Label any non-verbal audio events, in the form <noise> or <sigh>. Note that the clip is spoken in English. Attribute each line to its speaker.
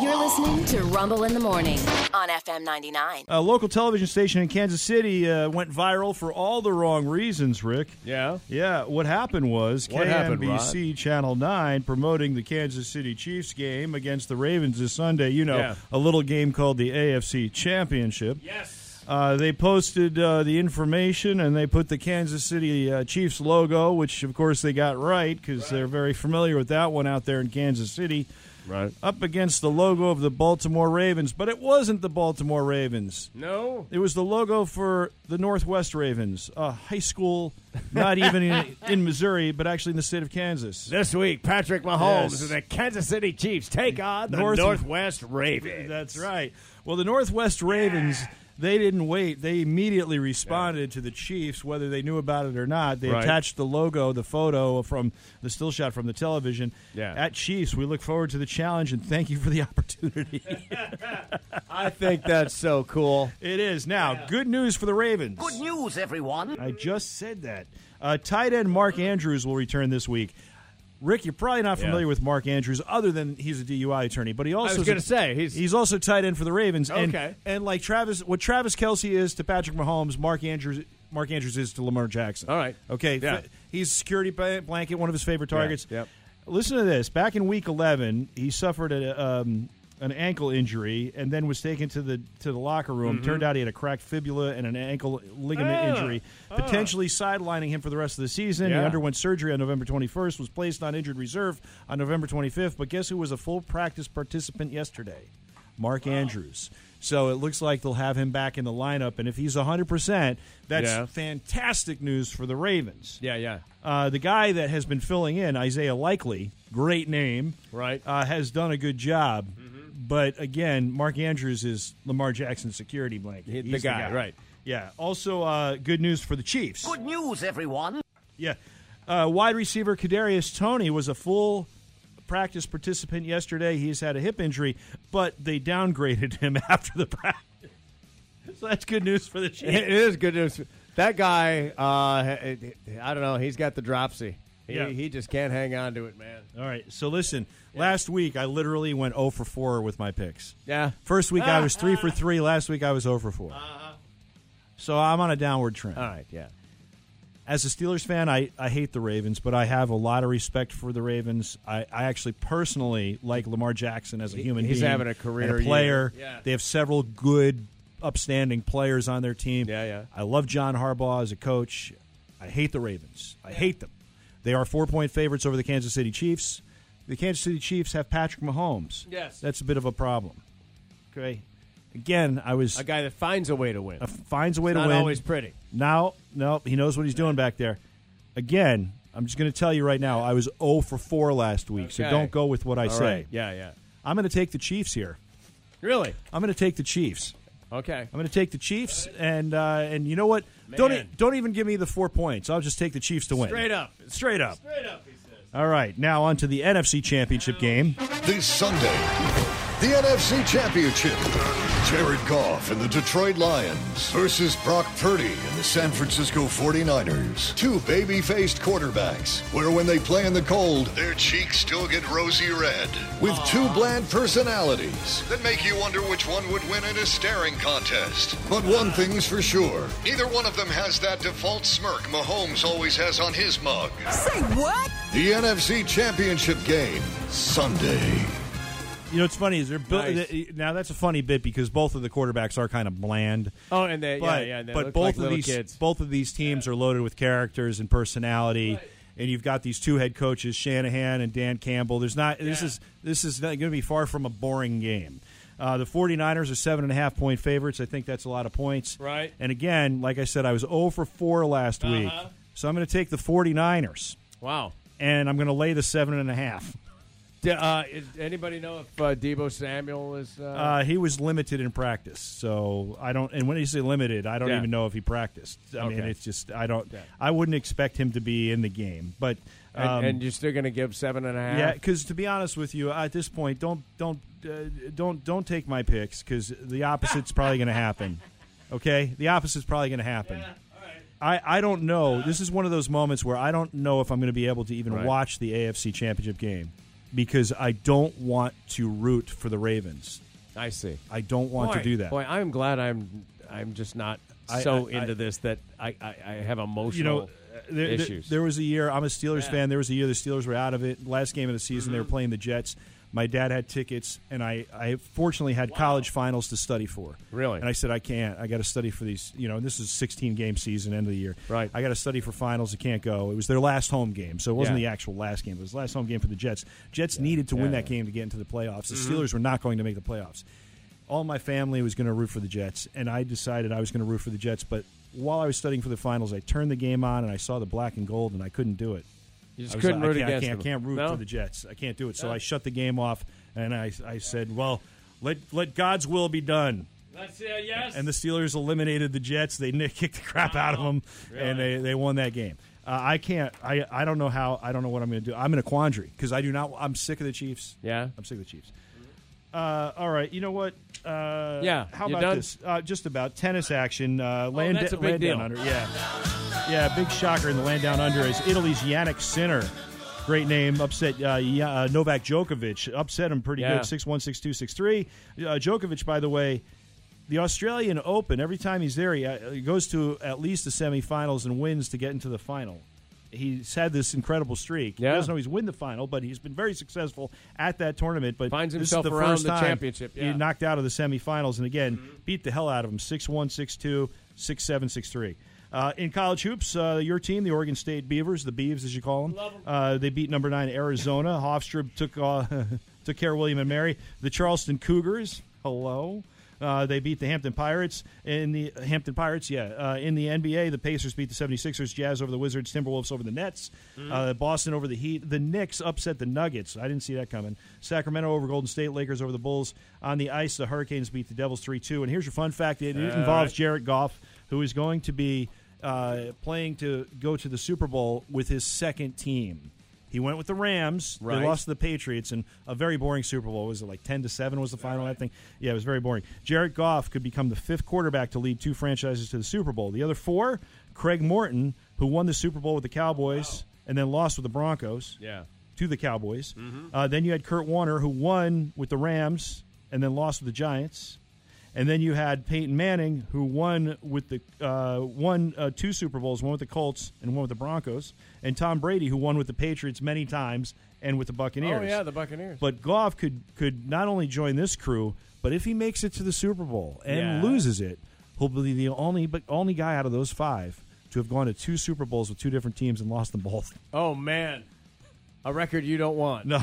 Speaker 1: You're listening to Rumble in the Morning on FM 99.
Speaker 2: A local television station in Kansas City uh, went viral for all the wrong reasons, Rick.
Speaker 3: Yeah.
Speaker 2: Yeah, what happened was
Speaker 3: What happened, Rod?
Speaker 2: KNBC Channel 9 promoting the Kansas City Chiefs game against the Ravens this Sunday. You know,
Speaker 3: Yeah.
Speaker 2: a little game called the AFC Championship.
Speaker 3: Yes.
Speaker 2: Uh, they posted uh, the information and they put the Kansas City uh, Chiefs logo, which of course they got right because they're very familiar with that one out there in Kansas City,
Speaker 3: Right.
Speaker 2: up against the logo of the Baltimore Ravens. But it wasn't the Baltimore Ravens.
Speaker 3: No.
Speaker 2: It was the logo for the Northwest Ravens, a high school, not even
Speaker 3: <laughs>
Speaker 2: in, in Missouri, but actually in the state of Kansas.
Speaker 3: This week, Patrick Mahomes
Speaker 2: Yes.
Speaker 3: and the Kansas City Chiefs take on the
Speaker 2: North-
Speaker 3: Northwest Ravens.
Speaker 2: That's right. Well, the Northwest Ravens, they didn't wait. They immediately responded to the Chiefs, whether they knew about it or not. They
Speaker 3: Right.
Speaker 2: attached the logo, the photo from the still shot from the television.
Speaker 3: Yeah.
Speaker 2: At Chiefs, we look forward to the challenge and thank you for the <laughs> opportunity.
Speaker 3: <laughs> I think that's so cool.
Speaker 2: it is. Now, good news for the Ravens.
Speaker 4: Good news, everyone.
Speaker 2: I just said that. Uh, tight end Mark Andrews will return this week. Rick, you're probably not
Speaker 3: Yeah.
Speaker 2: familiar with Mark Andrews, other than he's a DUI attorney, but he also
Speaker 3: was
Speaker 2: is
Speaker 3: gonna
Speaker 2: a-
Speaker 3: say, he's-
Speaker 2: also tight end for the Ravens.
Speaker 3: Okay.
Speaker 2: and, and like Travis, what Travis Kelsey is to Patrick Mahomes, Mark Andrews, Mark Andrews is to Lamar Jackson.
Speaker 3: All right.
Speaker 2: okay,
Speaker 3: Yeah.
Speaker 2: F- he's security ba- blanket, one of his favorite targets.
Speaker 3: yep.
Speaker 2: Listen to this. Back in Week 11, he suffered a, um, an ankle injury and then was taken to the to the locker room. Turned out he had a cracked fibula and an ankle ligament
Speaker 3: Mm-hmm. Ah.
Speaker 2: injury potentially sidelining him for the rest of the season. He
Speaker 3: Yeah.
Speaker 2: underwent surgery on November 21st, was placed on injured reserve on November 25th. But guess who was a full practice participant yesterday? Mark Andrews. So it looks like they'll have him back in the lineup. And if he's 100%, that's
Speaker 3: Yeah.
Speaker 2: fantastic news for the Ravens.
Speaker 3: Yeah, yeah.
Speaker 2: Uh, the guy that has been filling in, Isaiah Likely, great name,
Speaker 3: Right. Mm-hmm.
Speaker 2: Uh, has done a good job. But again, Mark Andrews is Lamar Jackson's security blanket.
Speaker 3: He- the
Speaker 2: He's
Speaker 3: guy, right.
Speaker 2: Yeah. Also, uh, good news for the Chiefs.
Speaker 4: Good news, everyone.
Speaker 2: Yeah. Uh, wide receiver Kadarius Tony was a full practice participant yesterday. He's had a hip injury, but they downgraded him <laughs> after the practice. So that's good news for the
Speaker 3: <laughs> It
Speaker 2: Chiefs.
Speaker 3: is good news. That guy, uh, I don't know, he's got the dropsy. He,
Speaker 2: Yeah.
Speaker 3: he just can't hang on to it, man.
Speaker 2: All right. So listen, last week I literally went 0 for 4 with my picks.
Speaker 3: Yeah.
Speaker 2: First week I was 3 for 3. Last week I was 0 for 4. So I'm on a downward trend.
Speaker 3: All right, yeah.
Speaker 2: As a Steelers fan, I, I hate the Ravens, but I have a lot of respect for the Ravens. I, I actually personally like Lamar Jackson as a human
Speaker 3: he's
Speaker 2: being.
Speaker 3: having a
Speaker 2: and
Speaker 3: career
Speaker 2: player.
Speaker 3: year. Yeah.
Speaker 2: They have several good, upstanding players on their team.
Speaker 3: Yeah, yeah.
Speaker 2: I love John Harbaugh as a coach. I hate the Ravens. I hate them. They are four point favorites over the Kansas City Chiefs. The Kansas City Chiefs have Patrick Mahomes.
Speaker 3: Yes.
Speaker 2: That's a bit of a problem. Okay. Again, I was.
Speaker 3: A guy that finds a way to win.
Speaker 2: finds a way to
Speaker 3: Not
Speaker 2: win.
Speaker 3: always pretty.
Speaker 2: Now, no, he knows what he's doing back there. Again, I'm just going to tell you right now, I was 0 for 4 last week, so
Speaker 3: Okay.
Speaker 2: don't go with what I
Speaker 3: All
Speaker 2: say.
Speaker 3: right, Yeah, yeah.
Speaker 2: I'm going to take the Chiefs here.
Speaker 3: Really?
Speaker 2: I'm going to take the Chiefs.
Speaker 3: Okay.
Speaker 2: I'm going to take the Chiefs, and uh, and you know what? Don't e-
Speaker 3: Man.
Speaker 2: don't even give me the four points. I'll just take the Chiefs to win.
Speaker 3: Straight up.
Speaker 2: Straight up.
Speaker 3: Straight up, he says.
Speaker 2: All right, now on to the NFC Championship game.
Speaker 5: This Sunday, the NFC Championship. Jared Goff and the Detroit Lions versus Brock Purdy and the San Francisco 49ers. Two baby faced quarterbacks, where when they play in the cold, their cheeks still get rosy red. With two bland personalities that make you wonder which one would win in a staring contest. But one thing's for sure neither one of them has that default smirk Mahomes always has on his mug.
Speaker 1: Say what?
Speaker 5: The NFC Championship game, Sunday.
Speaker 2: You know, it's funny. Is there bu-
Speaker 3: Nice.
Speaker 2: th- now that's a funny bit because both of the quarterbacks are kind of bland.
Speaker 3: Oh, and they,
Speaker 2: but,
Speaker 3: yeah, yeah, and they
Speaker 2: but
Speaker 3: look
Speaker 2: both
Speaker 3: like
Speaker 2: of
Speaker 3: little
Speaker 2: these
Speaker 3: kids.
Speaker 2: both of these teams are loaded with characters and personality. And you've got these two head coaches, Shanahan and Dan Campbell. There's not this
Speaker 3: Yeah.
Speaker 2: is this is going to be far from a boring game. Uh, the 49ers are seven and a half point favorites. I think that's a lot of points.
Speaker 3: Right. Uh-huh.
Speaker 2: And again, like I said, I was 0 for 4 last week. So I'm going to take the 49ers
Speaker 3: Wow.
Speaker 2: and I'm going to lay the seven and a half.
Speaker 3: D- uh, is- anybody know if uh, Debo Samuel is? Uh,
Speaker 2: Uh, he was limited in practice, so I don't. And when you say limited, I don't
Speaker 3: Yeah.
Speaker 2: even know if he practiced. I mean,
Speaker 3: Okay.
Speaker 2: it's just I don't.
Speaker 3: Yeah.
Speaker 2: I wouldn't expect him to be in the game, but
Speaker 3: and,
Speaker 2: um,
Speaker 3: and you're still going to give seven and a half?
Speaker 2: yeah, because to be honest with you, at this point, don't don't uh, don't don't take my picks because the opposite's probably going to happen. Okay, the opposite's probably going to happen. I, I don't know. This is one of those moments where I don't know if I'm going to be able to even
Speaker 3: Right.
Speaker 2: watch the AFC Championship game because I don't want to root for the Ravens.
Speaker 3: I see.
Speaker 2: I don't want
Speaker 3: boy,
Speaker 2: to do that.
Speaker 3: Boy, I'm glad I'm I'm just not
Speaker 2: I-
Speaker 3: so
Speaker 2: I-
Speaker 3: into
Speaker 2: I-
Speaker 3: this that I, I, I have emotional
Speaker 2: you know, uh, there, there-
Speaker 3: issues.
Speaker 2: there was a year. I'm a Steelers fan. There was a year the Steelers were out of it. Last game of the season,
Speaker 3: Mm-hmm.
Speaker 2: they were playing the Jets. My dad had tickets, and I, I fortunately had college finals to study for.
Speaker 3: Really?
Speaker 2: And I said, I can't. I got to study for these. You know, and this is 16 game season, end of the year.
Speaker 3: Right.
Speaker 2: I got to study for finals. I can't go. It was their last home game, so it wasn't
Speaker 3: Yeah.
Speaker 2: the actual last game. But it was the last home game for the Jets. Jets needed to
Speaker 3: Yeah,
Speaker 2: win that
Speaker 3: yeah. Mm-hmm.
Speaker 2: game to get into the playoffs. The Steelers were not going to make the playoffs all my family was going to root for the Jets, and I decided I was going to root for the Jets. But while I was studying for the finals, I turned the game on and I saw the black and gold, and I couldn't do it.
Speaker 3: you just
Speaker 2: I was
Speaker 3: couldn't
Speaker 2: like,
Speaker 3: root
Speaker 2: I can't,
Speaker 3: against
Speaker 2: I can't,
Speaker 3: them.
Speaker 2: can't root
Speaker 3: no?
Speaker 2: for the Jets. I can't do it. So I shut the game off, and I, I said, "Well, let let God's will be done."
Speaker 6: Let's see. Yes.
Speaker 2: And the Steelers eliminated the Jets. They <laughs> nick- kicked the crap out of them, and they, they won that game. Uh, I can't. I, I don't know how. I don't know what I'm going to do. I'm in a quandary because I do not. I'm sick of the Chiefs.
Speaker 3: Yeah.
Speaker 2: I'm sick of the Chiefs. Uh, all right, you know what? Uh,
Speaker 3: Yeah,
Speaker 2: How
Speaker 3: you
Speaker 2: about
Speaker 3: done? Oh,
Speaker 2: this? Uh, just about tennis action. Uh, land
Speaker 3: that's a
Speaker 2: land
Speaker 3: big
Speaker 2: down
Speaker 3: deal.
Speaker 2: under. Yeah, yeah. Big shocker in the land down under is Italy's Yannick Sinner. Great name. Upset uh, Ya- uh, Novak Djokovic. Upset him pretty
Speaker 3: Yeah.
Speaker 2: good. Six one, six two, six three. Uh, Djokovic, by the way, the Australian Open. Every time he's there, he, uh, he goes to at least the semifinals and wins to get into the final. He's had this incredible streak.
Speaker 3: Yeah.
Speaker 2: He doesn't always win the final, but he's been very successful at that tournament. But
Speaker 3: Finds
Speaker 2: this is
Speaker 3: himself
Speaker 2: the
Speaker 3: around
Speaker 2: first
Speaker 3: the
Speaker 2: time
Speaker 3: championship,
Speaker 2: he
Speaker 3: yeah. Mm-hmm.
Speaker 2: knocked out of the semifinals and again beat the hell out of him 6 1, 6 2, 6 7, 6 3. Uh, in college hoops, uh, your team, the Oregon State Beavers, the Beavs as you call them, uh, they beat number nine Arizona. Hofstra took uh, <laughs> took care of William and Mary. The Charleston Cougars, hello, uh, they beat the Hampton Pirates in the Hampton Pirates. Yeah, uh, in the NBA, the Pacers beat the 76ers, Jazz over the Wizards, Timberwolves over the Nets, uh, Boston over the Heat. The Knicks upset the Nuggets. I didn't see that coming. Sacramento over Golden State, Lakers over the Bulls. On the ice, the Hurricanes beat the Devils 3 2. And here's your fun fact it, it involves Jared Goff, who is going to be uh, playing to go to the Super Bowl with his second team. He went with the Rams.
Speaker 3: Right.
Speaker 2: They lost to the Patriots in a very boring Super Bowl. Was it like ten to seven? Was the final? I think. Yeah, it was very boring. Jared Goff could become the fifth quarterback to lead two franchises to the Super Bowl. The other four: Craig Morton, who won the Super Bowl with the Cowboys and then lost with the Broncos
Speaker 3: yeah.
Speaker 2: to the Cowboys.
Speaker 3: Mm-hmm.
Speaker 2: Uh, then you had Kurt Warner, who won with the Rams and then lost with the Giants. And then you had Peyton Manning, who won with the uh, won uh, two Super Bowls, one with the Colts and one with the Broncos, and Tom Brady, who won with the Patriots many times and with the Buccaneers.
Speaker 3: Oh yeah, the Buccaneers.
Speaker 2: But Goff could could not only join this crew, but if he makes it to the Super Bowl and
Speaker 3: Yeah.
Speaker 2: loses it, he'll be the only but only guy out of those five to have gone to two Super Bowls with two different teams and lost them both.
Speaker 3: oh man, a record you don't
Speaker 2: <laughs>
Speaker 3: want.
Speaker 2: No.